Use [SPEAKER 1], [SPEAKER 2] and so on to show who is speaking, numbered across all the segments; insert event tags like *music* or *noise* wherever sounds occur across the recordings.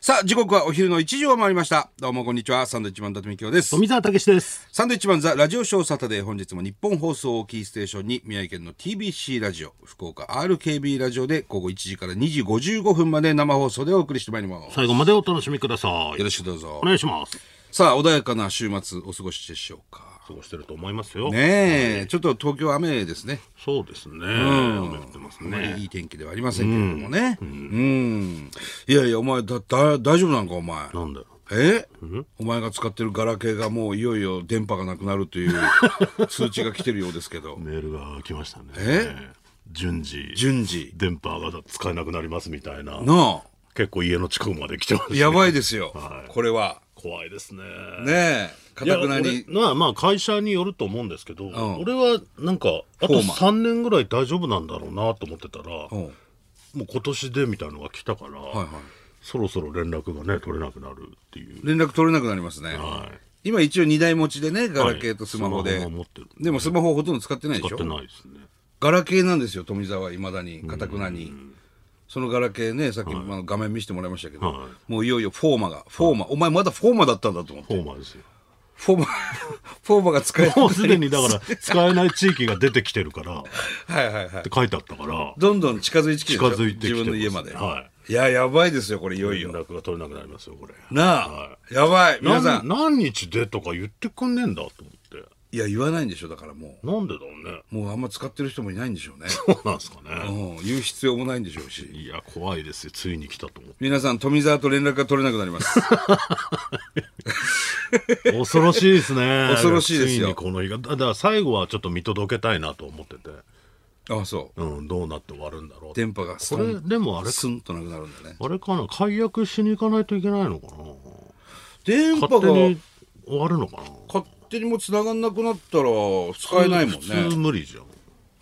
[SPEAKER 1] さあ、時刻はお昼の1時を回りました。どうもこんにちは。サンドイッチマン伊達美京です。
[SPEAKER 2] 富澤たけしです。
[SPEAKER 1] サンドイッチマンザラジオショーサタデー。本日も日本放送をキーステーションに宮城県の TBC ラジオ、福岡 RKB ラジオで午後1時から2時55分まで生放送でお送りしてまいります。
[SPEAKER 2] 最後までお楽しみください。
[SPEAKER 1] よろしくどうぞ。
[SPEAKER 2] お願いします。
[SPEAKER 1] さあ、穏やかな週末お過ごしでしょうか。
[SPEAKER 2] 過ごしてると思いますよ。
[SPEAKER 1] ねえ、ちょっと東京雨ですね。
[SPEAKER 2] そうですね。
[SPEAKER 1] ん
[SPEAKER 2] 雨降ってます
[SPEAKER 1] あまり
[SPEAKER 2] ね。
[SPEAKER 1] いい天気ではありませんけれどもね。うん。いやいや、お前、だ、だ、大丈夫なんか、お前。
[SPEAKER 2] なんだよ。
[SPEAKER 1] えお前が使ってるガラケーがもういよいよ電波がなくなるという
[SPEAKER 2] *laughs*
[SPEAKER 1] 通知が来てるようですけど。
[SPEAKER 2] メールが来ましたね。
[SPEAKER 1] え
[SPEAKER 2] 順次、
[SPEAKER 1] 順次。
[SPEAKER 2] 電波が使えなくなりますみたいな。
[SPEAKER 1] なあ。
[SPEAKER 2] 結構家の近くまで来てます、ね。
[SPEAKER 1] やばいですよ。
[SPEAKER 2] はい
[SPEAKER 1] これは。
[SPEAKER 2] 怖いですね。
[SPEAKER 1] ねえ。か
[SPEAKER 2] いや
[SPEAKER 1] たくなに。
[SPEAKER 2] 俺まあまあ会社によると思うんですけど、
[SPEAKER 1] ん
[SPEAKER 2] 俺はなんか
[SPEAKER 1] フォ
[SPEAKER 2] あと
[SPEAKER 1] ーマン
[SPEAKER 2] 3年ぐらい大丈夫なんだろうなと思ってたら、
[SPEAKER 1] う
[SPEAKER 2] も
[SPEAKER 1] ん。は
[SPEAKER 2] う今年でみたいのが来たから、
[SPEAKER 1] いは
[SPEAKER 2] そろそろ連絡がね取れなくなるっていう
[SPEAKER 1] い。、連絡取れなくなりますね。
[SPEAKER 2] はい、
[SPEAKER 1] 今一応二台持ちでね、ガラケーとスマホで。
[SPEAKER 2] スマホは持ってる
[SPEAKER 1] でもスマホほとんど使ってないでし
[SPEAKER 2] 使
[SPEAKER 1] ょ
[SPEAKER 2] ってないですね
[SPEAKER 1] ガラケーなんですよ富澤はいまだにかたくなにそのガラケーねさっき、あの画面見せてもらいましたけど、
[SPEAKER 2] は
[SPEAKER 1] もういよいよフォーマがフォーマお前まだフォーマだったんだと思って
[SPEAKER 2] フォーマーですよ
[SPEAKER 1] フォーマフォーマが使えなくな
[SPEAKER 2] も
[SPEAKER 1] り
[SPEAKER 2] うすでにだから
[SPEAKER 1] *laughs*
[SPEAKER 2] 使えない地域が出てきてるからっ
[SPEAKER 1] はいはいはい
[SPEAKER 2] て書いてあったから
[SPEAKER 1] どんどん近づいてきてるでしょ
[SPEAKER 2] 近づいてきてます
[SPEAKER 1] 自分の家まで、、
[SPEAKER 2] はい
[SPEAKER 1] ややばいですよこれいよい
[SPEAKER 2] 連
[SPEAKER 1] よ
[SPEAKER 2] 絡が取れなくなりますよこれ
[SPEAKER 1] なあ、
[SPEAKER 2] は
[SPEAKER 1] やばい
[SPEAKER 2] な
[SPEAKER 1] 皆さん
[SPEAKER 2] 何日でとか言ってくんねえんだと思って
[SPEAKER 1] いや言わないんでしょだからも
[SPEAKER 2] なんでだろうね
[SPEAKER 1] うもうあんま使ってる人もいないんでしょうね、
[SPEAKER 2] そうなんですか
[SPEAKER 1] う
[SPEAKER 2] ね
[SPEAKER 1] ん、言う必要もないんでしょうし
[SPEAKER 2] いや怖いですよついに来たと思っ
[SPEAKER 1] 皆さん富澤と連絡が取れなくなります
[SPEAKER 2] *laughs* て恐ろしいですね
[SPEAKER 1] *laughs* 恐ろしいですよ
[SPEAKER 2] ついにこの日がだだから最後はちょっと見届けたいなと思ってて
[SPEAKER 1] あそう
[SPEAKER 2] うんどうなって終わるんだろうって
[SPEAKER 1] 電波がス
[SPEAKER 2] こ
[SPEAKER 1] ト
[SPEAKER 2] れ
[SPEAKER 1] ン
[SPEAKER 2] でもあれ
[SPEAKER 1] スンとなくなるんだね
[SPEAKER 2] あれかな解約しに行かないといけないのかな
[SPEAKER 1] 電波
[SPEAKER 2] 勝
[SPEAKER 1] が
[SPEAKER 2] 手に終わるのかな
[SPEAKER 1] 勝手にも繋がんなくなったら使えないもん
[SPEAKER 2] 普通
[SPEAKER 1] ね、
[SPEAKER 2] 無理じゃん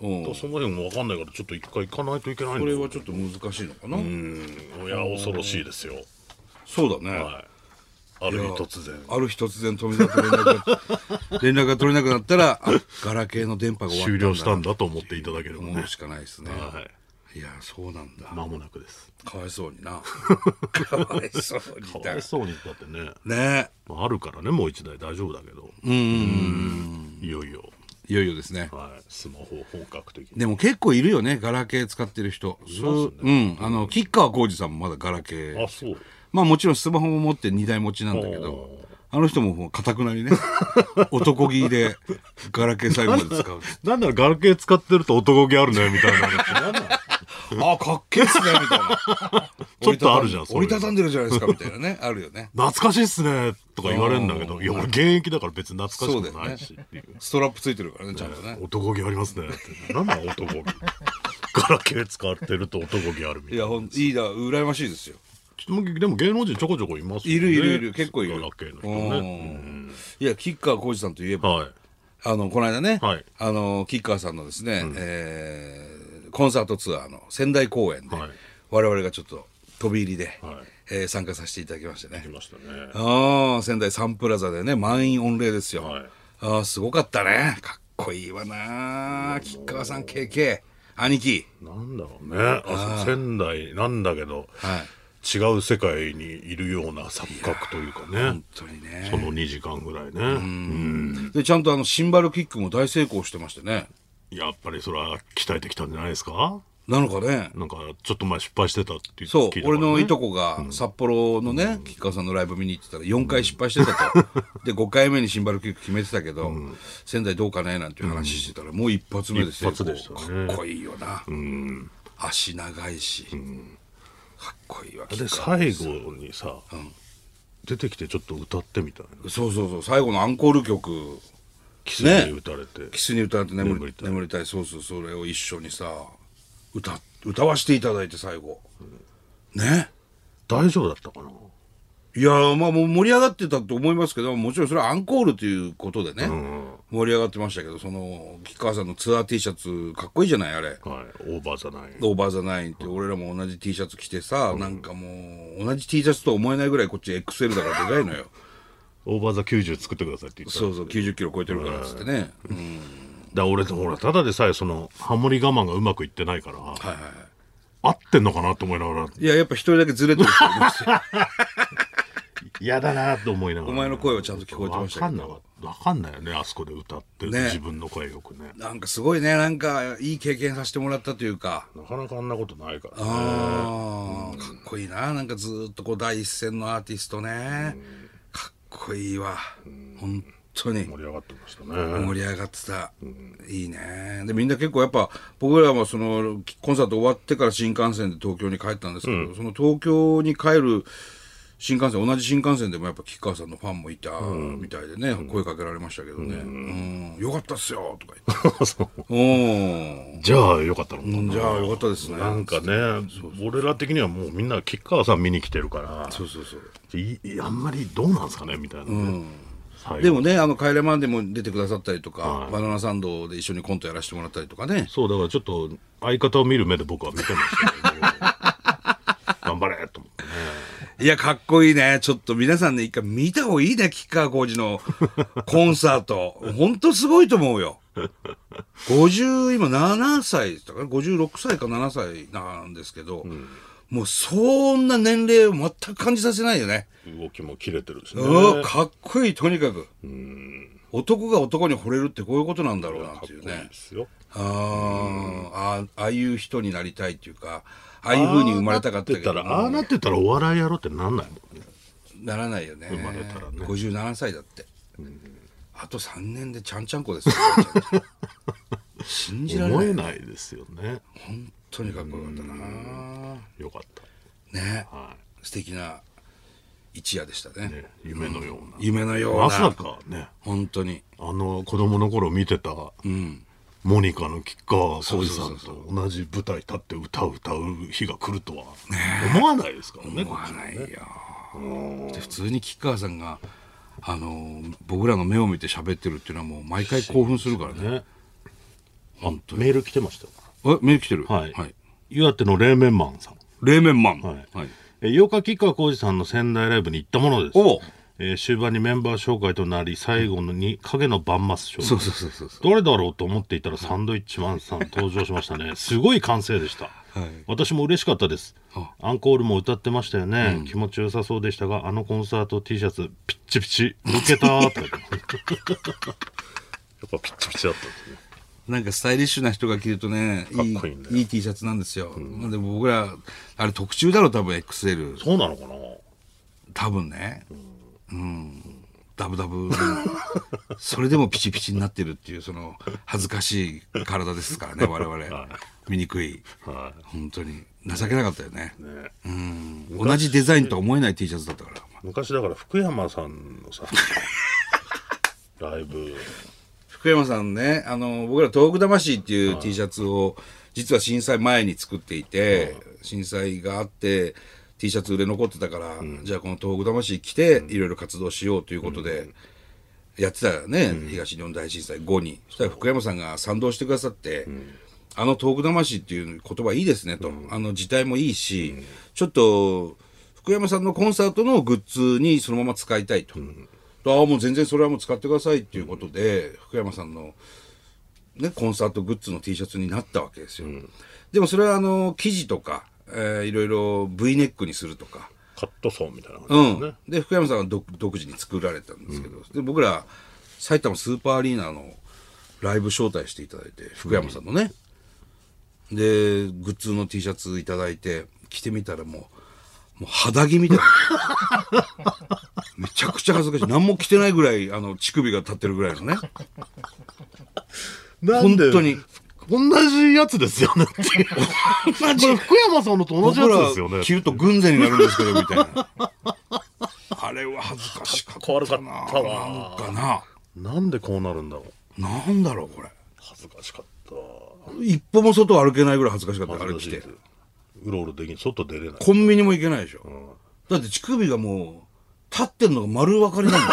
[SPEAKER 1] うん、
[SPEAKER 2] その辺も分かんないからちょっと一回行かないといけない
[SPEAKER 1] こ
[SPEAKER 2] んだ
[SPEAKER 1] れ
[SPEAKER 2] よ
[SPEAKER 1] はちょっと難しいのかな、
[SPEAKER 2] うんいや恐ろしいですよ
[SPEAKER 1] そうだね、
[SPEAKER 2] はいある日突然
[SPEAKER 1] ある日突然富澤と連絡が *laughs* 連絡が取れなくなったらあガラケーの電波が終わった
[SPEAKER 2] 終
[SPEAKER 1] んだ
[SPEAKER 2] 了したんだと思っていただければ
[SPEAKER 1] も
[SPEAKER 2] ね
[SPEAKER 1] うしかないですね、
[SPEAKER 2] はい
[SPEAKER 1] い、やそうなんだ
[SPEAKER 2] 間もなくです
[SPEAKER 1] かわいそうに
[SPEAKER 2] *laughs*
[SPEAKER 1] なかわいそう
[SPEAKER 2] か
[SPEAKER 1] に
[SPEAKER 2] わ
[SPEAKER 1] だ
[SPEAKER 2] いそうにだってね
[SPEAKER 1] ね
[SPEAKER 2] まああるからねもう一台大丈夫だけどうんいよいよ
[SPEAKER 1] いよいよですね
[SPEAKER 2] はいスマホを本格的に
[SPEAKER 1] でも結構いるよねガラケー使ってる人そううんあの吉川晃司さんもまだガラケー
[SPEAKER 2] あそう
[SPEAKER 1] まあもちろんスマホも持って二台持ちなんだけど、あの人ももうかたくなにね、男気でガラケー最後まで使う。
[SPEAKER 2] なんだろうガラケー使ってると男気あるね *laughs* みたいなのってなんだろう
[SPEAKER 1] あ、かっけえっすね、みたいな。
[SPEAKER 2] *laughs* ちょっとあるじゃん
[SPEAKER 1] 折りた
[SPEAKER 2] そ
[SPEAKER 1] た
[SPEAKER 2] ういうの
[SPEAKER 1] んでるじゃないですか、みたいな
[SPEAKER 2] *laughs*
[SPEAKER 1] ね。あるよね。
[SPEAKER 2] 懐かしいっすねとか言われるんだけどいや俺現役だから別に懐かしくもないしっていう
[SPEAKER 1] ストラップついてるからね、ちゃんとね。
[SPEAKER 2] *laughs* 男気ありますねってなんだ男気 *laughs* ガラケー使ってると男気あるみた
[SPEAKER 1] い
[SPEAKER 2] いな
[SPEAKER 1] や、ほん、いいだ、羨ましいですよ。
[SPEAKER 2] でもでも芸能人ちょこちょこいますよね
[SPEAKER 1] いるいるいる、結構いる。
[SPEAKER 2] ガラケーの人
[SPEAKER 1] う
[SPEAKER 2] ね、
[SPEAKER 1] んいや、吉川晃司さんといえ
[SPEAKER 2] う
[SPEAKER 1] ば、
[SPEAKER 2] んはい
[SPEAKER 1] あの、この間ね、
[SPEAKER 2] はい
[SPEAKER 1] あの、吉川さんのですね、えーコンサートツアーの仙台公演で、
[SPEAKER 2] はい
[SPEAKER 1] 我々がちょっと飛び入りで、
[SPEAKER 2] はい
[SPEAKER 1] えー参加させていただきましてね
[SPEAKER 2] 来。ましたね
[SPEAKER 1] ああ、仙台サンプラザでね、満員御礼ですよ。
[SPEAKER 2] はい
[SPEAKER 1] ああ、すごかったね。かっこいいわな。吉川さん、KK。兄貴。
[SPEAKER 2] なんだろうねあそう仙台なんだけど、
[SPEAKER 1] はい。
[SPEAKER 2] 違う世界にいるような錯覚というかね
[SPEAKER 1] 本当にね。
[SPEAKER 2] その2時間ぐらいね
[SPEAKER 1] で、ちゃんとあの、シンバルキックも大成功してましてね。
[SPEAKER 2] やっぱりそれは鍛えてきたんじゃないですか
[SPEAKER 1] なのかね。
[SPEAKER 2] なんかちょっと前失敗してたって聞いたから
[SPEAKER 1] そう、
[SPEAKER 2] ね
[SPEAKER 1] 俺のいとこが札幌のね、吉川さんのライブ見に行ってたら4回失敗してたと。 *laughs* で、5回目にシンバルキック決めてたけど、仙台どうかねなんていう話してたら、もう一発目で成功
[SPEAKER 2] 一発でしたね
[SPEAKER 1] かっこいいよな。足長いし。かっこいいわ。
[SPEAKER 2] で
[SPEAKER 1] 吉川
[SPEAKER 2] 最後にさ、出てきてちょっと歌ってみたいな
[SPEAKER 1] そうそうそう最後のアンコール曲
[SPEAKER 2] キスに打たれて、
[SPEAKER 1] 「キスに歌われて眠り
[SPEAKER 2] 眠りたい
[SPEAKER 1] 眠りたい」そうそうそれを一緒にさ歌歌わせていただいて最後、ね
[SPEAKER 2] 大丈夫だったかない
[SPEAKER 1] やーまあもう盛り上がってたと思いますけどもちろんそれはアンコールということでね、盛り上がってましたけどその吉川さんのツアー T シャツかっこいいじゃないあれ
[SPEAKER 2] はいオーバーじゃない
[SPEAKER 1] オーバーザナインって俺らも同じ T シャツ着てさ、なんかもう同じ T シャツとは思えないぐらいこっち XL だからでかいのよ
[SPEAKER 2] オーバーザ90作ってくださいって言った
[SPEAKER 1] そうそう9 0キロ超えてるからっつってね、うん、
[SPEAKER 2] だ俺とほらただでさえそのハモリ我慢がうまくいってないから、
[SPEAKER 1] はいはいはい
[SPEAKER 2] 合ってんのかなと思いながら
[SPEAKER 1] いや、やっぱ一人だけずれてる人いましたよ
[SPEAKER 2] 嫌だなと思いながら
[SPEAKER 1] お前の声はちゃんと聞こえてましたけど
[SPEAKER 2] わかんなわかんないよねあそこで歌ってる、
[SPEAKER 1] ね
[SPEAKER 2] 自分の声よくね
[SPEAKER 1] なんかすごいね、なんかいい経験させてもらったというか。
[SPEAKER 2] なかなかあんなことないからね
[SPEAKER 1] あーかっこいいななんかずーっとこう第一線のアーティストねかっこいいわ本当に
[SPEAKER 2] 盛り上がってましたね、
[SPEAKER 1] 盛り上がってたいいねでみんな結構やっぱ僕らはそのコンサート終わってから新幹線で東京に帰ったんですけど、その東京に帰る新幹線同じ新幹線でもやっぱ吉川さんのファンもいたみたいでね、声かけられましたけどね「うんよかったっすよ」とか言 *laughs* って
[SPEAKER 2] そう
[SPEAKER 1] 「うん
[SPEAKER 2] じゃあよかったのかな
[SPEAKER 1] じゃあよかったですね」
[SPEAKER 2] なんかね俺ら的にはもうみんな吉川さん見に来てるから
[SPEAKER 1] そうそうそう
[SPEAKER 2] いいあんまりどうなんですかねみたいなね、最後
[SPEAKER 1] でもね、あの、帰れマンデーも出てくださったりとか、バナナサンドで一緒にコントやらせてもらったりとかね。
[SPEAKER 2] そうだからちょっと相方を見る目で僕は見てましたけど頑張れと思ってね
[SPEAKER 1] いや、かっこいいね。ちょっと皆さんね、一回見た方がいいね、 *laughs* 吉川浩司のコンサート。ほんとすごいと思うよ。50、今7歳だから、56歳か7歳なんですけど、もうそんな年齢を全く感じさせないよね。
[SPEAKER 2] 動きも切れてるしね
[SPEAKER 1] うんかっこいい、とにかく。男が男に惚れるってこういうことなんだろうなっていうね。
[SPEAKER 2] いいですよ
[SPEAKER 1] あーあああいう人になりたいっていうかああいう風に生まれたかったけど
[SPEAKER 2] ああなってたらお笑いやろうってなんないもんね
[SPEAKER 1] ならないよね
[SPEAKER 2] まれたらね
[SPEAKER 1] 57歳だって、あと3年でちゃんちゃんこですよ
[SPEAKER 2] *laughs*
[SPEAKER 1] 信じられな
[SPEAKER 2] 思
[SPEAKER 1] い
[SPEAKER 2] えないですよね
[SPEAKER 1] 本当にかっこよかったな
[SPEAKER 2] よかった
[SPEAKER 1] ね、
[SPEAKER 2] は
[SPEAKER 1] 素敵な一夜でしたね
[SPEAKER 2] ね夢のような、
[SPEAKER 1] 夢のような、
[SPEAKER 2] まさかね
[SPEAKER 1] 本当に
[SPEAKER 2] あの子供の頃見てた、モニカの吉川浩司さんと同じ舞台立って歌を歌う日が来るとは思わないですからね
[SPEAKER 1] 思わないよ。で普通に吉川さんが、あのー僕らの目を見て喋ってるっていうのはもう毎回興奮するからね。
[SPEAKER 2] ねあメール来てましたよ
[SPEAKER 1] え、メール来てる。
[SPEAKER 2] はい、岩手の冷麺マンさん
[SPEAKER 1] 冷麺マン。はい
[SPEAKER 2] えー8日吉川浩司さんの仙台ライブに行ったものです
[SPEAKER 1] おう
[SPEAKER 2] えー終盤にメンバー紹介となり最後に影のバンマス紹介
[SPEAKER 1] そうそうそうそうそう。
[SPEAKER 2] どれだろうと思っていたらサンドイッチマンさん登場しましたねすごい歓声でした、
[SPEAKER 1] はい
[SPEAKER 2] 私も嬉しかったですアンコールも歌ってましたよね、気持ちよさそうでしたがあのコンサート T シャツピッチピチ抜けたーって *laughs* やっぱピッチピチだったんですね
[SPEAKER 1] なんかスタイリッシュな人が着るとね、いい
[SPEAKER 2] かっこいいんだよ
[SPEAKER 1] いい T シャツなんですよ。まあでも僕ら、あれ特注だろ、多分 XL。
[SPEAKER 2] そうなのかな
[SPEAKER 1] 多分ね。うん。ダブダブ。それでもピチピチになってるっていう、その、恥ずかしい体ですから *laughs* ね、我々。醜い。
[SPEAKER 2] は
[SPEAKER 1] 本当に情けなかったよね
[SPEAKER 2] いね
[SPEAKER 1] うん同じデザインとは思えない T シャツだったから
[SPEAKER 2] 昔だから福山さん *laughs* のさライブ
[SPEAKER 1] 福山さんねあの僕ら「東北魂」っていう T シャツを実は震災前に作っていて、震災があって T シャツ売れ残ってたから、じゃあこの「東北魂」着ていろいろ活動しようということで。やってたよね、東日本大震災後にそしたら福山さんが賛同してくださって「あの東北魂」っていう言葉いいですねと、あの字体もいいし、ちょっと福山さんのコンサートのグッズにそのまま使いたいと、とああもう全然それはもう使ってくださいっていうことで、福山さんの、ね、コンサートグッズの T シャツになったわけですよ、でもそれはあの生地とか、えーいろいろ V ネックにするとか、
[SPEAKER 2] カットソーみたいな感じ
[SPEAKER 1] う
[SPEAKER 2] ですね、
[SPEAKER 1] ん、で福山さんが独独自に作られたんですけど、で僕ら埼玉スーパーアリーナのライブ招待していただいて福山さんのね、でグッズの T シャツいただいて着てみたらもうもう肌着み
[SPEAKER 2] *laughs*
[SPEAKER 1] たいなめちゃくちゃ恥ずかしい何も着てないぐらいあの乳首が立ってるぐらいのね
[SPEAKER 2] なんで
[SPEAKER 1] 本当に。
[SPEAKER 2] 同じやつです *laughs* よねっていう。これ福山さんのと同じやつですよ
[SPEAKER 1] 僕ら
[SPEAKER 2] ね。
[SPEAKER 1] 着ると軍勢になるんですけどみたいなあれは恥ずかしかった
[SPEAKER 2] 変わるかった
[SPEAKER 1] なんかな
[SPEAKER 2] なんでこうなるんだろう。
[SPEAKER 1] なんだろうこれ
[SPEAKER 2] 恥ずかしかった。
[SPEAKER 1] 一歩も外歩けないぐらい恥ずかしかったあれ着て
[SPEAKER 2] うろうろできん。外出れない。
[SPEAKER 1] コンビニも行けないでしょ、だって乳首がもう立ってんのが丸分かり *laughs* なんだよ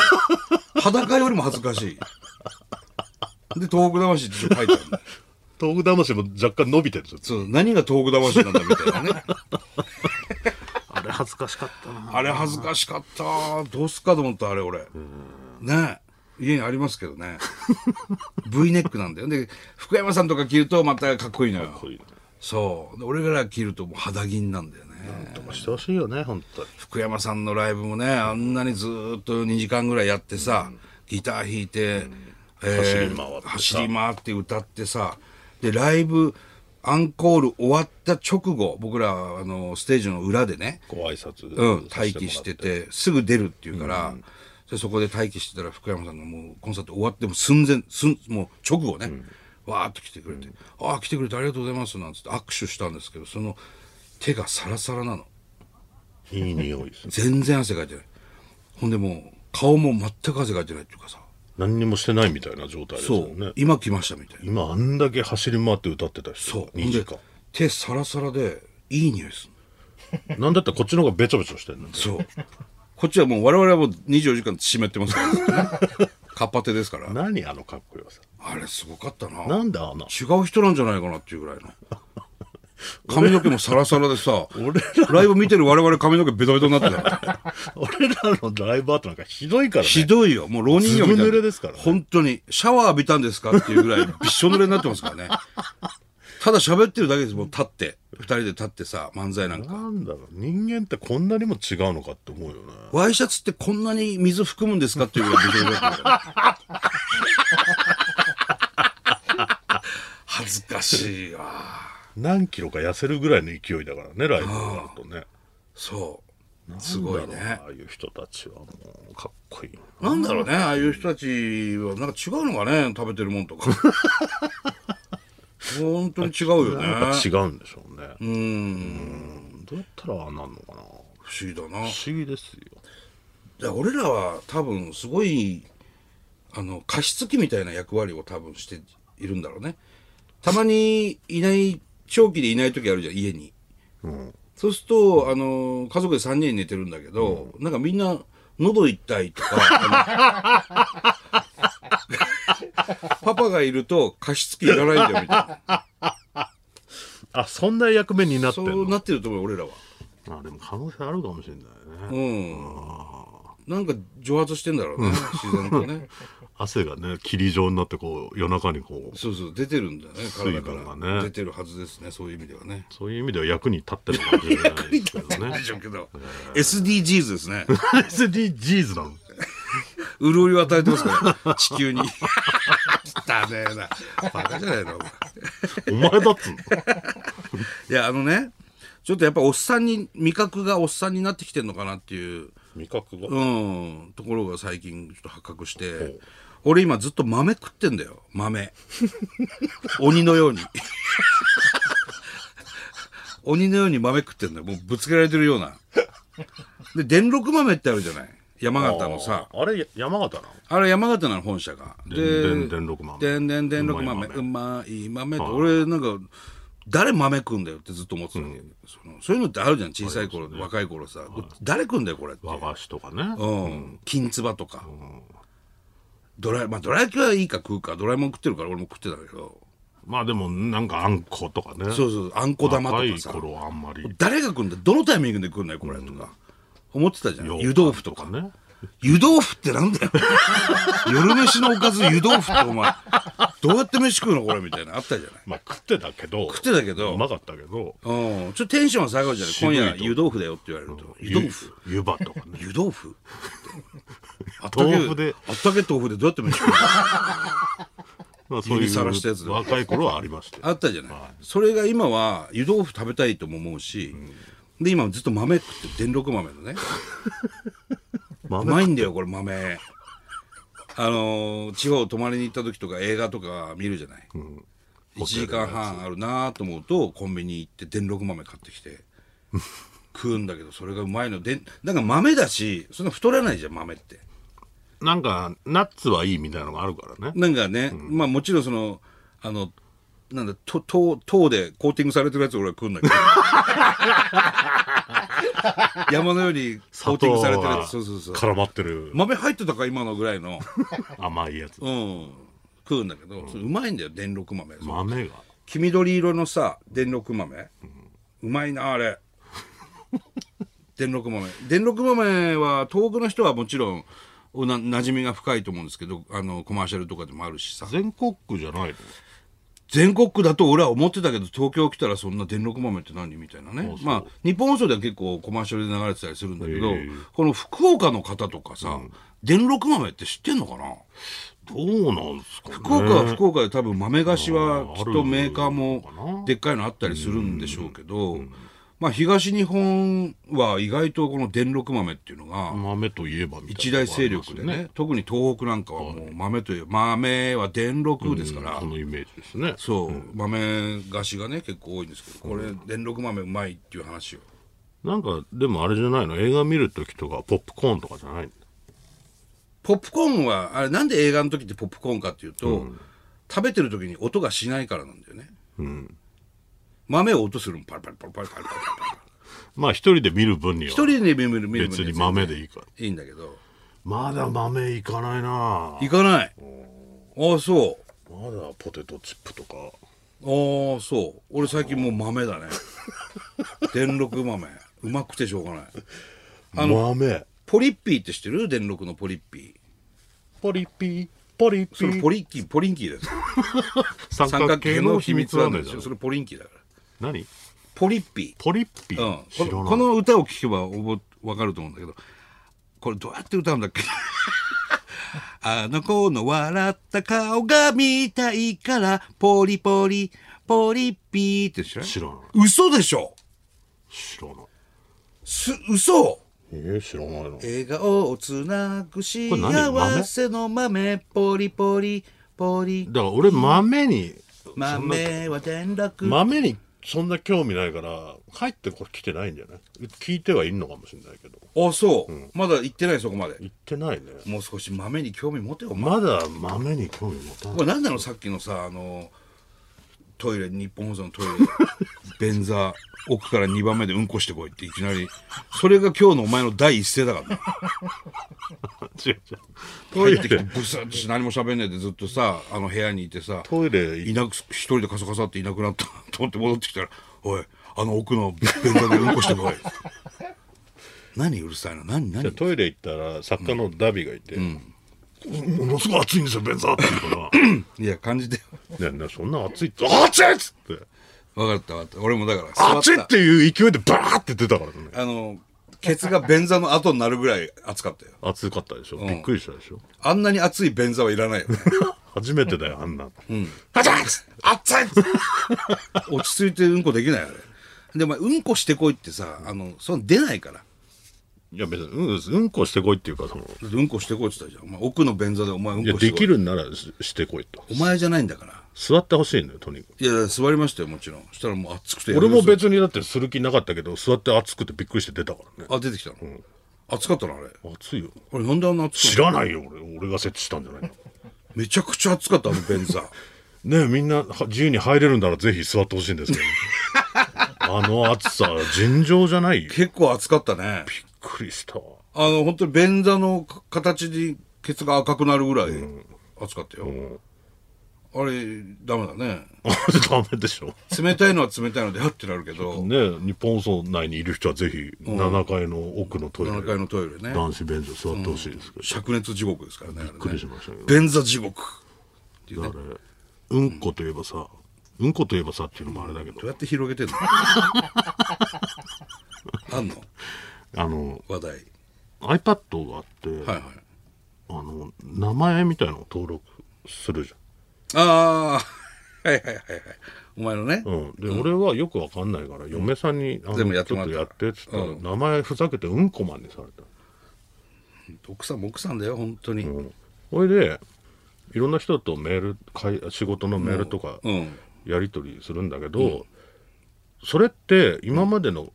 [SPEAKER 1] 裸よりも恥ずかしいで「東北魂」って書いてあるんだよ
[SPEAKER 2] 東北魂も若干伸びてるんですよ。
[SPEAKER 1] そう何が東北魂なんだみたい *laughs* なね
[SPEAKER 2] あれ恥ずかしかったな。
[SPEAKER 1] あれ恥ずかしかったどうすっかと思ったあれ俺ねえ家にありますけどね V ネックなんだよで福山さんとか着るとまたかっこいいのよ
[SPEAKER 2] こういう
[SPEAKER 1] そうで俺らが着るともう肌着なんだよね
[SPEAKER 2] とかしてほしいよね本当に
[SPEAKER 1] 福山さんのライブもねあんなにずーっと2時間ぐらいやってさ、ギター弾いて、え
[SPEAKER 2] 走り回ってさ
[SPEAKER 1] 走り回って歌ってさでライブアンコール終わった直後僕らあのステージの裏でね、
[SPEAKER 2] ご挨拶
[SPEAKER 1] うん、待機しててすぐ出るっていうから、でそこで待機してたら福山さんがもうコンサート終わっても寸前寸もう直後ね、わーっと来てくれて「ああ来てくれてありがとうございます」なんつって握手したんですけどその手がサラサラなの。
[SPEAKER 2] いい匂いですね
[SPEAKER 1] 全然汗かいてないほんでもう顔も全く汗かいてないっていうかさ
[SPEAKER 2] 何にもしてないみたいな状態です
[SPEAKER 1] そ
[SPEAKER 2] よ
[SPEAKER 1] う、
[SPEAKER 2] ね
[SPEAKER 1] 今来ましたみたいな
[SPEAKER 2] 今あんだけ走り回って歌ってた
[SPEAKER 1] そう
[SPEAKER 2] 人
[SPEAKER 1] ほ
[SPEAKER 2] 2
[SPEAKER 1] んで
[SPEAKER 2] 時間
[SPEAKER 1] 手サラサラでいい匂いする
[SPEAKER 2] なんだったらこっちの方がべちょべちょしてるの
[SPEAKER 1] そうこっちはもう我々はもう24時間湿ってますからね
[SPEAKER 2] *laughs*
[SPEAKER 1] カッパ手ですから
[SPEAKER 2] 何あのかっこよさ
[SPEAKER 1] あれすごかったな
[SPEAKER 2] なんであの
[SPEAKER 1] 違う人なんじゃないかなっていうぐらいの髪の毛もサラサラでさ
[SPEAKER 2] 俺
[SPEAKER 1] ライブ見てる我々髪の毛ベトベトになってたから
[SPEAKER 2] 俺らのライブアートなんかひどいからね
[SPEAKER 1] ひどいよ。もう浪人よみたいな。
[SPEAKER 2] ずぶ濡れですからね
[SPEAKER 1] 本当に。シャワー浴びたんですかっていうぐ *laughs* らいびっしょ濡れになってますからね。ただ喋ってるだけです。もう立って。二人で立ってさ、漫才なんか。
[SPEAKER 2] なんだろう人間ってこんなにも違うのかって思うよね
[SPEAKER 1] ワイシャツってこんなに水含むんですかっていうぐらいびしょ濡れだったからね恥ずかしいわ。
[SPEAKER 2] 何キロか痩せるぐらいの勢いだからねライブになるとね
[SPEAKER 1] そう。すごい
[SPEAKER 2] なんだろ
[SPEAKER 1] ね
[SPEAKER 2] う。ああいう人たちはもうかっこいい
[SPEAKER 1] なんだろうね、ああいう人たちは、なんか違うのかね、食べてるもんとか。 *laughs* 本当に違うよね。
[SPEAKER 2] なんか違うんでしょうね、
[SPEAKER 1] うん、
[SPEAKER 2] どうやったらああなんのかな
[SPEAKER 1] 不思議だな。
[SPEAKER 2] 不思議ですよ
[SPEAKER 1] で俺らは多分すごいあの加湿器みたいな役割を多分しているんだろうねたまにいない長期でいない時あるじゃん家に、そうするとあの家族で3人で寝てるんだけど、なんかみんな喉痛いとかあのパパがいると加湿器いらないんだよみたいな
[SPEAKER 2] あそんな役目になってん
[SPEAKER 1] そう
[SPEAKER 2] の
[SPEAKER 1] なってると思うよ俺らは
[SPEAKER 2] あでも可能性あるかもしれないね、
[SPEAKER 1] うんなんか蒸発してんだろうね自然とね
[SPEAKER 2] 汗がね霧状になってこう夜中にこう
[SPEAKER 1] そうそう出てるんだよね体か
[SPEAKER 2] 水分
[SPEAKER 1] ら
[SPEAKER 2] がね
[SPEAKER 1] 出てるはずですねそういう意味ではね
[SPEAKER 2] そういう意味では役に立ってるかもしれないですけどね
[SPEAKER 1] でしょうけど SDGs ですね
[SPEAKER 2] SDGs なの
[SPEAKER 1] 潤いを与えてますから地球に汚ねえなバカじゃないのお前
[SPEAKER 2] お前だっつうの
[SPEAKER 1] いやあのねちょっとやっぱおっさんに味覚がおっさんになってきてんのかなっていう、
[SPEAKER 2] 味覚が
[SPEAKER 1] うん、ところが最近ちょっと発覚して俺今ずっと豆食ってんだよ豆 *laughs* 鬼のように *laughs* 鬼のように豆食ってんだよもうぶつけられてるようなで電力豆ってあるじゃない山形のさ
[SPEAKER 2] あれ山形なの
[SPEAKER 1] あれ山形なの本社が。で
[SPEAKER 2] でんでんでんろく豆
[SPEAKER 1] でんでんでんろく豆。
[SPEAKER 2] う
[SPEAKER 1] うまい豆って、俺なんか、誰豆食うんだよってずっと思ってたのそのそういうのってあるじゃん、小さい頃、若い頃さ。誰食うんだよ、これって。
[SPEAKER 2] 和菓子とかね
[SPEAKER 1] うん。金つばとか。ドラえ、まあドラ焼きはいいか食うか、ドラえもん食ってるから俺も食ってたけど。
[SPEAKER 2] まあでもなんかあんことかね
[SPEAKER 1] そうそう、あんこ玉
[SPEAKER 2] 若
[SPEAKER 1] と
[SPEAKER 2] い
[SPEAKER 1] かさ。
[SPEAKER 2] 頃はあんまり
[SPEAKER 1] 誰が食うんだどのタイミングで食うんだよ、これとか。思ってたじゃん。湯豆腐とか。
[SPEAKER 2] ね
[SPEAKER 1] 湯豆腐ってなんだよ。 *laughs* 夜飯のおかず湯豆腐ってお前、どうやって飯食うのこれみたいな。あったじゃない。
[SPEAKER 2] まあ食ってたけど
[SPEAKER 1] 食ってたけど、
[SPEAKER 2] うまかったけど
[SPEAKER 1] うん、ちょっとテンションは下がるじゃない。
[SPEAKER 2] 渋
[SPEAKER 1] 今
[SPEAKER 2] いと
[SPEAKER 1] 夜湯豆腐だよって言われると。湯豆腐
[SPEAKER 2] ゆ湯葉とか
[SPEAKER 1] *laughs*
[SPEAKER 2] ね
[SPEAKER 1] 湯豆腐あったけ
[SPEAKER 2] 豆腐で
[SPEAKER 1] あったけ豆腐でどうやって飯食うの
[SPEAKER 2] まあそうい
[SPEAKER 1] 指さらしたやつ
[SPEAKER 2] う
[SPEAKER 1] で
[SPEAKER 2] 若い頃はありましたよ
[SPEAKER 1] あったじゃない。それが今は湯豆腐食べたいとも思うし、で、今ずっと豆食って、電力豆のね。う
[SPEAKER 2] 豆
[SPEAKER 1] まいんだよ、これ豆。あのー地方泊まりに行った時とか映画とか見るじゃない。1時間半あるなと思うとコンビニ行って電力豆買ってき *laughs* て食うんだけどそれがうまいのでなんか豆だしそんな太らないじゃん豆って
[SPEAKER 2] なんかナッツはいいみたいなのがあるからね
[SPEAKER 1] なんかね、まあもちろんそのあのなんだと糖糖でコーティングされてるやつ俺は食うん *laughs* だけど山のようにコー
[SPEAKER 2] 砂
[SPEAKER 1] ティング
[SPEAKER 2] 糖
[SPEAKER 1] されてるや
[SPEAKER 2] が
[SPEAKER 1] つそうそうそう
[SPEAKER 2] 絡まってる
[SPEAKER 1] 豆入ってたか今のぐらいの
[SPEAKER 2] 甘いやつ
[SPEAKER 1] うん食うんだけど、それうまいんだよ電力豆、
[SPEAKER 2] 豆が
[SPEAKER 1] 黄緑色のさ電力豆、うまいなあれ電力豆電力豆は東北の人はもちろんおな馴染みが深いと思うんですけどあのコマーシャルとかでもあるしさ
[SPEAKER 2] 全国区じゃないの
[SPEAKER 1] 全国区だと俺は思ってたけど東京来たらそんな電力豆って何みたいなね
[SPEAKER 2] そう
[SPEAKER 1] まあ日本放送では結構コマーシャルで流れてたりするんだけど、
[SPEAKER 2] へえ
[SPEAKER 1] この福岡の方とかさ、電力豆って知ってんのかな
[SPEAKER 2] どうなんですかね
[SPEAKER 1] 福岡は福岡で多分豆菓子はきっとメーカー
[SPEAKER 2] あるのか
[SPEAKER 1] も
[SPEAKER 2] な
[SPEAKER 1] でっかいのあったりするんでしょうけど、まあ東日本は意外とこの電力豆っていうのが、
[SPEAKER 2] 豆といえばみた
[SPEAKER 1] 一
[SPEAKER 2] いな
[SPEAKER 1] 大
[SPEAKER 2] とこあ
[SPEAKER 1] 勢
[SPEAKER 2] ります
[SPEAKER 1] 力
[SPEAKER 2] よ
[SPEAKER 1] でね特に東北なんかはもう豆という豆は電力ですから、
[SPEAKER 2] そのイメージですね
[SPEAKER 1] そう、豆菓子がね結構多いんですけどこれ電力豆うまいっていう話を
[SPEAKER 2] なんかでもあれじゃないの映画見る時とかポップコーンとかじゃないの
[SPEAKER 1] ポップコーンはあれなんで映画の時ってポップコーンかっていうと、食べてる時に音がしないからなんだよね、豆を音するのパリパリパリパリパリパリパリ
[SPEAKER 2] まあ一人で見る分には
[SPEAKER 1] 一人で見る見る
[SPEAKER 2] 別に豆でいいから
[SPEAKER 1] いいんだけど
[SPEAKER 2] まだ豆いかないな
[SPEAKER 1] 行かないああそう
[SPEAKER 2] まだポテトチップとか
[SPEAKER 1] ああそう俺最近もう豆だね電力豆うまくてしょうがない
[SPEAKER 2] 豆
[SPEAKER 1] ポリッピーって知ってる電力のポリッピー
[SPEAKER 2] ポリピーポリ
[SPEAKER 1] そ
[SPEAKER 2] ピ
[SPEAKER 1] れ
[SPEAKER 2] ー
[SPEAKER 1] ポリッキーポリンキーです
[SPEAKER 2] 三
[SPEAKER 1] 三角
[SPEAKER 2] 角
[SPEAKER 1] 形
[SPEAKER 2] 形
[SPEAKER 1] の
[SPEAKER 2] の
[SPEAKER 1] 秘
[SPEAKER 2] 秘
[SPEAKER 1] 密
[SPEAKER 2] 密
[SPEAKER 1] な
[SPEAKER 2] なんん
[SPEAKER 1] で
[SPEAKER 2] ですす
[SPEAKER 1] よ
[SPEAKER 2] よ
[SPEAKER 1] それポリンキーだから
[SPEAKER 2] 何
[SPEAKER 1] ポリッピ
[SPEAKER 2] ポリピ
[SPEAKER 1] ー、うん
[SPEAKER 2] ー、知ら
[SPEAKER 1] こ
[SPEAKER 2] な
[SPEAKER 1] の
[SPEAKER 2] い
[SPEAKER 1] この歌を聴けばおぼわかると思うんだけどこれどうやって歌うんだっけ *laughs* あの子の笑った顔が見たいからポリポリポリッピーって知らない
[SPEAKER 2] 知らない
[SPEAKER 1] 嘘でしょ
[SPEAKER 2] 知らない
[SPEAKER 1] す嘘
[SPEAKER 2] えー、知らないな
[SPEAKER 1] 笑顔をつなぐ幸
[SPEAKER 2] れ何豆
[SPEAKER 1] せの豆ポリポリポリ
[SPEAKER 2] だから俺豆に
[SPEAKER 1] 豆は転落
[SPEAKER 2] 豆にそんな興味ないから帰ってこれ来てないんじゃない聞いてはいるのかもしれないけど
[SPEAKER 1] あそう、まだ行ってないそこまで
[SPEAKER 2] 行ってないね
[SPEAKER 1] もう少し豆に興味持てよお前
[SPEAKER 2] まだ豆に興味持たない
[SPEAKER 1] これ何なのさっきのさあのトイレ日本放送のトイ
[SPEAKER 2] *laughs*
[SPEAKER 1] レ便座奥から2番目でうんこしてこいっていきなりそれが今日のお前の第一声だからね
[SPEAKER 2] 違う違うト
[SPEAKER 1] 入
[SPEAKER 2] イ
[SPEAKER 1] ってきて
[SPEAKER 2] レ
[SPEAKER 1] ブサッとして何も喋んないでずっとさあの部屋にいてさ
[SPEAKER 2] トイレ
[SPEAKER 1] いなく一人でカサカサっていなくなった *laughs* と思って戻ってきたら「おいあの奥の便座でうんこして
[SPEAKER 2] *laughs*
[SPEAKER 1] こい」何うるさいの何何
[SPEAKER 2] トイレ行ったら作家のダビがいて、ものすごい暑いんですよ便座って言うか
[SPEAKER 1] いや感じて
[SPEAKER 2] らねねそんな暑いって暑いっつって
[SPEAKER 1] 分かった分かった俺もだから座
[SPEAKER 2] 暑い
[SPEAKER 1] っ
[SPEAKER 2] っていう勢いでバーって出たからね
[SPEAKER 1] たあのケツが便座の後になるぐらい暑かったよ
[SPEAKER 2] 暑かったでしょ、びっくりしたでしょ
[SPEAKER 1] あんなに熱い便座はいらないよね
[SPEAKER 2] *laughs* 初めてだよあんな、
[SPEAKER 1] 熱い熱い *laughs* 落ち着いてうんこできないよねでもうんこしてこいってさあのその出ないから
[SPEAKER 2] いや別にうんうんこしてこいっていうかその
[SPEAKER 1] だってうんこしてこいって言ったじゃん、お前奥の便座でお前うん
[SPEAKER 2] いや
[SPEAKER 1] こして
[SPEAKER 2] で
[SPEAKER 1] こい
[SPEAKER 2] きるんならししてこいと
[SPEAKER 1] お前じゃないんだから
[SPEAKER 2] 座ってほしいのよとにかく
[SPEAKER 1] いや座りましたよもちろんそしたらもう暑くて
[SPEAKER 2] 俺も別にだってする気なかったけど座って暑くてびっくりして出たからね
[SPEAKER 1] あ出てきたの、暑かったのあれ
[SPEAKER 2] 暑いよ
[SPEAKER 1] あれなんであんな暑い
[SPEAKER 2] 知らないよ俺俺が設置したんじゃないの
[SPEAKER 1] めちゃくちゃ暑かったあの便
[SPEAKER 2] *laughs*
[SPEAKER 1] 座
[SPEAKER 2] ねえみんなは自由に入れるならぜひ座ってほしいんですけど
[SPEAKER 1] *laughs*
[SPEAKER 2] あの暑さ尋常じゃないよびっ
[SPEAKER 1] 結構暑かったね
[SPEAKER 2] くりしたわ
[SPEAKER 1] あの本当に便座のか形にケツが赤くなるぐらい暑かったよ、あれダメだね
[SPEAKER 2] あダメでしょ
[SPEAKER 1] 冷たいのは冷たいのであってなるけど
[SPEAKER 2] ねえ日本放送内にいる人はぜひ7階の奥のトイレ、
[SPEAKER 1] 7階のトイレね
[SPEAKER 2] 男子便所座ってほしいですけど、
[SPEAKER 1] 灼熱地獄ですからねあれね
[SPEAKER 2] びっくりしましたけど
[SPEAKER 1] 便座地獄っていうね
[SPEAKER 2] あれうんこといえばさうんこといえばさっていうのもあれだけ
[SPEAKER 1] どう
[SPEAKER 2] ど
[SPEAKER 1] やって広げてん
[SPEAKER 2] *laughs*
[SPEAKER 1] のあんの
[SPEAKER 2] あの
[SPEAKER 1] 話題
[SPEAKER 2] iPad があって、
[SPEAKER 1] はいはい
[SPEAKER 2] あの名前みたいなのを登録するじ
[SPEAKER 1] ああはいはいはいはいお前のね、
[SPEAKER 2] ゃん、うん、で、俺はよくわかんないから嫁さんに「あ
[SPEAKER 1] 全部や
[SPEAKER 2] の
[SPEAKER 1] って
[SPEAKER 2] ち
[SPEAKER 1] も
[SPEAKER 2] ょ
[SPEAKER 1] ら
[SPEAKER 2] っ
[SPEAKER 1] っ
[SPEAKER 2] と
[SPEAKER 1] た
[SPEAKER 2] やって」っつったら、名前ふざけて「うんこマン」にされた
[SPEAKER 1] 奥さんも奥さんだよ本当に、
[SPEAKER 2] うんほいでいろんな人とメールかい仕事のメールとか
[SPEAKER 1] うん
[SPEAKER 2] やり取りするんだけど、それって今までの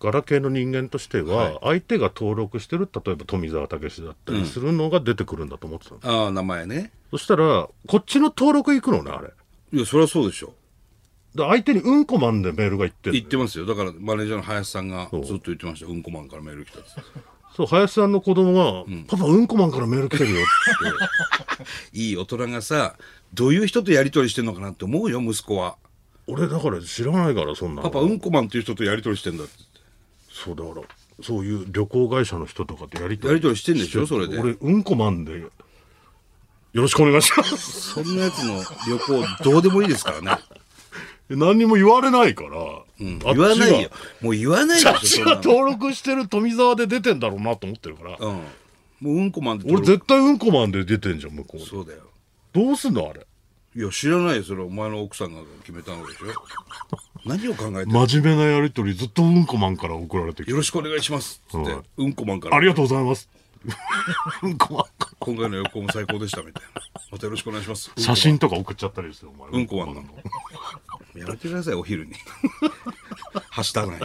[SPEAKER 2] ガラケーの人間としては相手が登録してる例えば富澤たけしだったりするのが出てくるんだと思ってたの、
[SPEAKER 1] ああ名前ね
[SPEAKER 2] そしたらこっちの登録行くのねあれ
[SPEAKER 1] いやそりゃそうでしょ
[SPEAKER 2] で相手にうんこマンでメールが行ってんの
[SPEAKER 1] 言っ
[SPEAKER 2] よ
[SPEAKER 1] てますよだからマネージャーの林さんがずっと言ってましたうんこマンからメール来たっつって
[SPEAKER 2] そう林さんの子供が、パパうんこマンからメール来てるよ」って *laughs*
[SPEAKER 1] いい大人がさどういう人とやり取りしてんのかなって思うよ息子は
[SPEAKER 2] 俺だから知らないからそんなの
[SPEAKER 1] パパうんこマンっていう人とやり取りしてんだって
[SPEAKER 2] そうだからそういう旅行会社の人とかとやりと
[SPEAKER 1] やり取りしてんでしょそれで
[SPEAKER 2] 俺うんこマンでよろしくお願いします。
[SPEAKER 1] そんなやつの旅行どうでもいいですからね。
[SPEAKER 2] 何にも言われないから。あっちは
[SPEAKER 1] 言わないよ。。もう言わないでし
[SPEAKER 2] あ
[SPEAKER 1] ょ
[SPEAKER 2] っ、ち
[SPEAKER 1] そん
[SPEAKER 2] は
[SPEAKER 1] なの。
[SPEAKER 2] 登録してる富澤で出てんだろうなと思ってるから。
[SPEAKER 1] うん。もううんこマンで
[SPEAKER 2] 俺絶対うんこマンで出てんじゃん、向こうで。
[SPEAKER 1] そうだよ。
[SPEAKER 2] どうすんのあれ。
[SPEAKER 1] いや、知らないよ。それお前の奥さんが決めたのでしょ。何を考えてる
[SPEAKER 2] 真面目なやりとりずっとうんこマンから送られて
[SPEAKER 1] よ
[SPEAKER 2] きて。
[SPEAKER 1] ろしくお願いします。つって
[SPEAKER 2] はい、
[SPEAKER 1] うんこマンか
[SPEAKER 2] あ
[SPEAKER 1] ら、
[SPEAKER 2] りがとうござ
[SPEAKER 1] *laughs*
[SPEAKER 2] います。うんこマンから。
[SPEAKER 1] 今回の旅行も最高でしたみたいな。またよろしくお願いします。
[SPEAKER 2] 写真とか送っちゃったりして、お
[SPEAKER 1] う
[SPEAKER 2] 前。
[SPEAKER 1] んこマンなの。やめてください、お昼に。 *laughs* はしたない。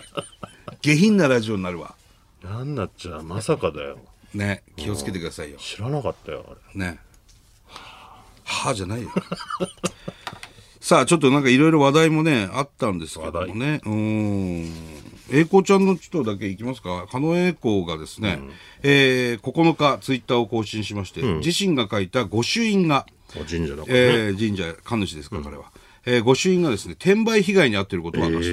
[SPEAKER 1] 下品なラジオになるわ。
[SPEAKER 2] なんなっちゃうまさかだよ。
[SPEAKER 1] ね、気をつけてくださいよ。
[SPEAKER 2] 知らなかったよ、あれ。
[SPEAKER 1] ね。はあじゃないよ。 *laughs* さあ、ちょっとなんかいろいろ話題もね、あったんですけどもね。うーん。栄光ちゃんのちょっとだけいきますか。狩野英孝がですね、えー9日ツイッターを更新しまして、自身が書いた御朱印が、
[SPEAKER 2] あ神社だからね。
[SPEAKER 1] えー神社、神主ですから、彼は。えー御朱印がですね、転売被害に遭っていることを明かし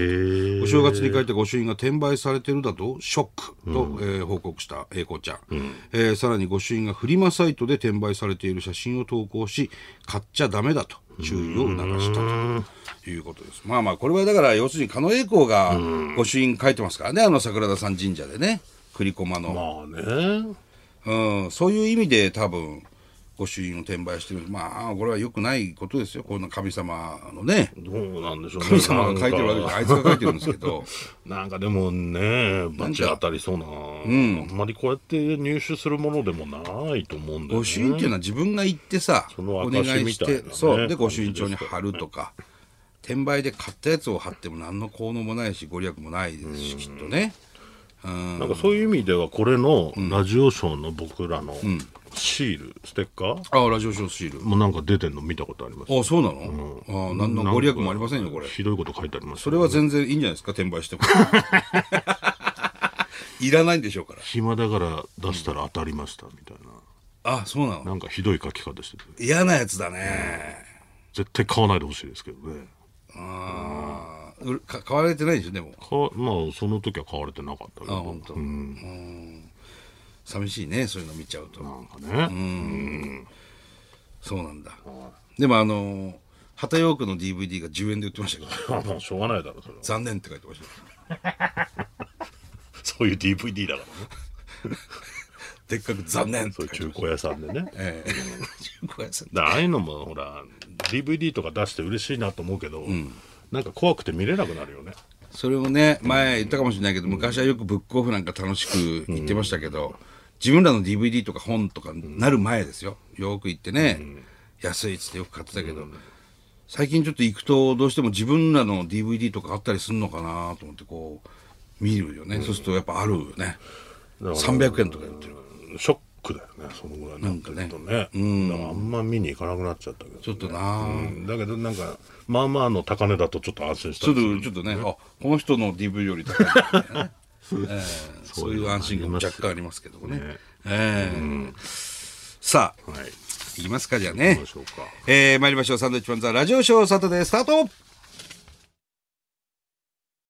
[SPEAKER 1] た。お正月に書いた御朱印が転売されてるだとショックと、えー報告した英子ちゃん、えーさらに御朱印がフリマサイトで転売されている写真を投稿し買っちゃダメだと注意を促したということですまあまあこれはだから要するに狩野英孝が御朱印書いてますからねあの桜田さん神社でね栗駒の、
[SPEAKER 2] まあね。
[SPEAKER 1] うん、そういう意味で多分御朱印を転売してるまあこれは良くないことですよこんな神様のね
[SPEAKER 2] どうなんでしょうね。
[SPEAKER 1] 神様が書いてるわけじゃないあいつが書いてるんですけど。
[SPEAKER 2] なんかでもね、バチ当たりそうな、あんまりこうやって入手するものでもないと思うんだよ
[SPEAKER 1] 御朱印っていう
[SPEAKER 2] ね。
[SPEAKER 1] のは自分が行ってさ、
[SPEAKER 2] その
[SPEAKER 1] お願い
[SPEAKER 2] 証み
[SPEAKER 1] した
[SPEAKER 2] いなね
[SPEAKER 1] て、そうで
[SPEAKER 2] 感じ
[SPEAKER 1] 御朱印帳に貼るとか、転売で買ったやつを貼っても何の効能もないしご利益もないですし、きっとねうん
[SPEAKER 2] なんかそういう意味では、これのラジオショーの僕らのシール、ステッカー
[SPEAKER 1] あラジオショーシール
[SPEAKER 2] もうなんか出てんの見たことあります。
[SPEAKER 1] あそうなの、あ何のご利益もありませんよこれ
[SPEAKER 2] ひどいこと書いてあります。
[SPEAKER 1] それは全然いいんじゃないですか転売しても *laughs* いらないんでしょうから
[SPEAKER 2] 暇だから出したら当たりましたみたい
[SPEAKER 1] あそうな
[SPEAKER 2] な。
[SPEAKER 1] の
[SPEAKER 2] なんかひどい書き方してて、
[SPEAKER 1] 嫌なやつだね、
[SPEAKER 2] 絶対買わないでほしいですけどね。
[SPEAKER 1] あーうるか買われてないんでしょでも
[SPEAKER 2] かまあ、その時は買われてなかったけ
[SPEAKER 1] あ
[SPEAKER 2] ど、
[SPEAKER 1] 本当、うん、寂しいねそういうの見ちゃうと、
[SPEAKER 2] なんかね、
[SPEAKER 1] そうなんだ。でもあのー、旗ヨークの DVD が10円で売ってましたけど、
[SPEAKER 2] *laughs* まあしょうがないだろ、それは。
[SPEAKER 1] 残念って書いてました。
[SPEAKER 2] *laughs* そういう DVD だからね。
[SPEAKER 1] でっかく残念って
[SPEAKER 2] そ
[SPEAKER 1] 書
[SPEAKER 2] う
[SPEAKER 1] い
[SPEAKER 2] いう
[SPEAKER 1] て
[SPEAKER 2] 中
[SPEAKER 1] ました。
[SPEAKER 2] 古屋さんでね。 *laughs*
[SPEAKER 1] え *laughs* え中古屋さん
[SPEAKER 2] だからああいうのもほら DVD とか出して嬉しいなと思うけど、なんか怖くて見れなくなるよね
[SPEAKER 1] それもね、前言ったかもしれないけど、昔はよくブックオフなんか楽しく行ってましたけど、自分らの DVD とか本とかなる前ですよ。よく行ってね、安いっつってよく買ってたけど、最近ちょっと行くとどうしても自分らの DVD とかあったりするのかなと思ってこう、見るよね。そうするとやっぱあるよね。
[SPEAKER 2] だから
[SPEAKER 1] 300円とかで売ってる。
[SPEAKER 2] ショックだよねそのぐらいなんかね
[SPEAKER 1] なん
[SPEAKER 2] とねだからあんま見に行かなくなっちゃったけど、
[SPEAKER 1] ちょっとなあ
[SPEAKER 2] うんだけどなんかまあまあの高値だとちょっと安心した
[SPEAKER 1] ちょ
[SPEAKER 2] り
[SPEAKER 1] っ
[SPEAKER 2] する
[SPEAKER 1] とちょっとね、あこの人の DV より高いみたいな *laughs* ね、ええそういう安心感も若干ありますけどもね。
[SPEAKER 2] ね
[SPEAKER 1] ええさあ、
[SPEAKER 2] はい
[SPEAKER 1] いきますか、じゃあね
[SPEAKER 2] どう。しようか
[SPEAKER 1] えー、参りましょう、サンドウィッチマンザラジオショーサタデースタート